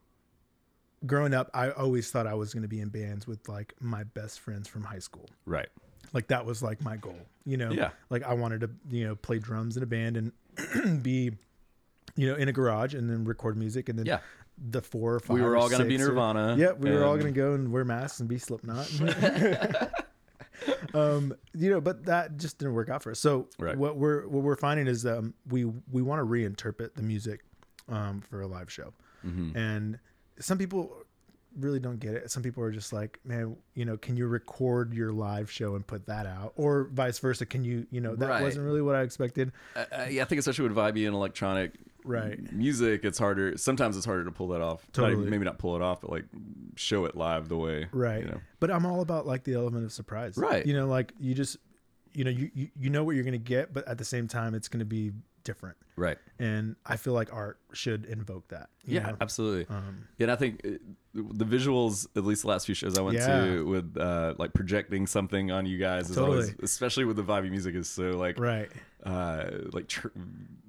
Speaker 3: growing up, I always thought I was going to be in bands with like my best friends from high school.
Speaker 2: right?
Speaker 3: Like that was like my goal. You know,
Speaker 2: Yeah.
Speaker 3: like I wanted to you know play drums in a band and be you know in a garage and then record music and then
Speaker 2: Yeah.
Speaker 3: the four or five
Speaker 2: We were
Speaker 3: or
Speaker 2: all gonna be
Speaker 3: six or-
Speaker 2: Nirvana,
Speaker 3: yeah, we were all
Speaker 2: and-
Speaker 3: gonna go and wear masks and be Slipknot. um, you know, but that just didn't work out for us. So
Speaker 2: Right.
Speaker 3: what we're what we're finding is um, we we want to reinterpret the music um, for a live show,
Speaker 2: Mm-hmm.
Speaker 3: and some people really don't get it. Some people are just like, man, you know, can you record your live show and put that out, or vice versa? Can you, you know, that
Speaker 2: Right.
Speaker 3: wasn't really what I expected.
Speaker 2: Uh, uh, yeah, I think especially with vibey and electronic
Speaker 3: Right.
Speaker 2: music, it's harder. Sometimes it's harder to pull that off. Not even-
Speaker 3: Totally.
Speaker 2: maybe not pull it off, but like show it live the way.
Speaker 3: right
Speaker 2: You know?
Speaker 3: but i'm all about like the element of surprise
Speaker 2: Right.
Speaker 3: you know like you just you know you you, you know what you're gonna get but at the same time it's gonna be different
Speaker 2: Right.
Speaker 3: and i feel like art should invoke that you
Speaker 2: Yeah,
Speaker 3: know?
Speaker 2: absolutely.
Speaker 3: Um,
Speaker 2: yeah, and I think uh, the visuals, at least the last few shows I went
Speaker 3: Yeah.
Speaker 2: to, with uh, like projecting something on you guys is always,
Speaker 3: Totally.
Speaker 2: especially with the vibey music, is so like,
Speaker 3: right
Speaker 2: uh, like tr-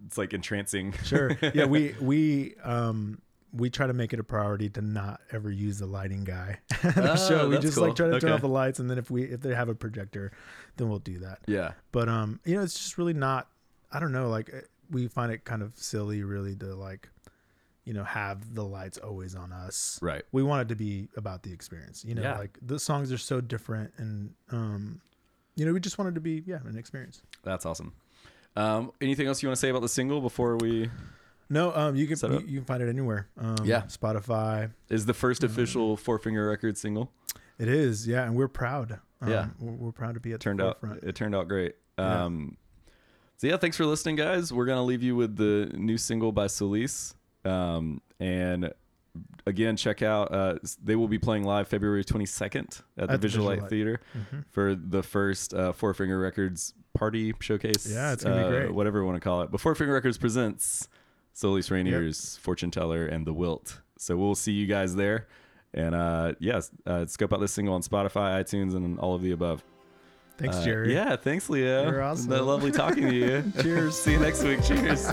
Speaker 2: it's like entrancing.
Speaker 3: sure yeah we we um we try to make it a priority to not ever use the lighting guy at the
Speaker 2: Oh,
Speaker 3: show. We
Speaker 2: that's
Speaker 3: just
Speaker 2: cool.
Speaker 3: like try to turn
Speaker 2: Okay.
Speaker 3: off the lights, and then if we if they have a projector, then we'll do that.
Speaker 2: yeah.
Speaker 3: but um you know it's just really not i don't know like it- we find it kind of silly really to like you know have the lights always on us
Speaker 2: Right.
Speaker 3: we want it to be about the experience you know
Speaker 2: Yeah.
Speaker 3: like the songs are so different and um you know we just wanted to be yeah an experience
Speaker 2: That's awesome. Um, anything else you want to say about the single before we?
Speaker 3: no um you can
Speaker 2: Set
Speaker 3: you,
Speaker 2: up.
Speaker 3: you can find it anywhere um
Speaker 2: Yeah.
Speaker 3: spotify
Speaker 2: Is the first official Four Finger Record single
Speaker 3: it is yeah and we're proud um,
Speaker 2: Yeah.
Speaker 3: we're, we're proud to be at
Speaker 2: turned
Speaker 3: the
Speaker 2: out?
Speaker 3: forefront.
Speaker 2: It turned out great. Um, So yeah, thanks for listening, guys. We're gonna leave you with the new single by Solis, um, and again, check out. Uh, s- they will be playing live February 22nd at, the Visual Light, Theater
Speaker 3: Mm-hmm.
Speaker 2: for the first uh, Four Finger Records party showcase.
Speaker 3: Yeah, it's gonna be
Speaker 2: uh,
Speaker 3: great.
Speaker 2: Whatever you want to call it, but Four Finger Records presents Solis Rainier's Fortune Teller and The Wilt. So we'll see you guys there, and uh, yes, uh, scope out this single on Spotify, iTunes, and all of the above.
Speaker 3: thanks
Speaker 2: Uh,
Speaker 3: jerry
Speaker 2: yeah, thanks, Leo.
Speaker 3: You're awesome.
Speaker 2: Lovely talking to you.
Speaker 3: Cheers.
Speaker 2: See you next week. Cheers.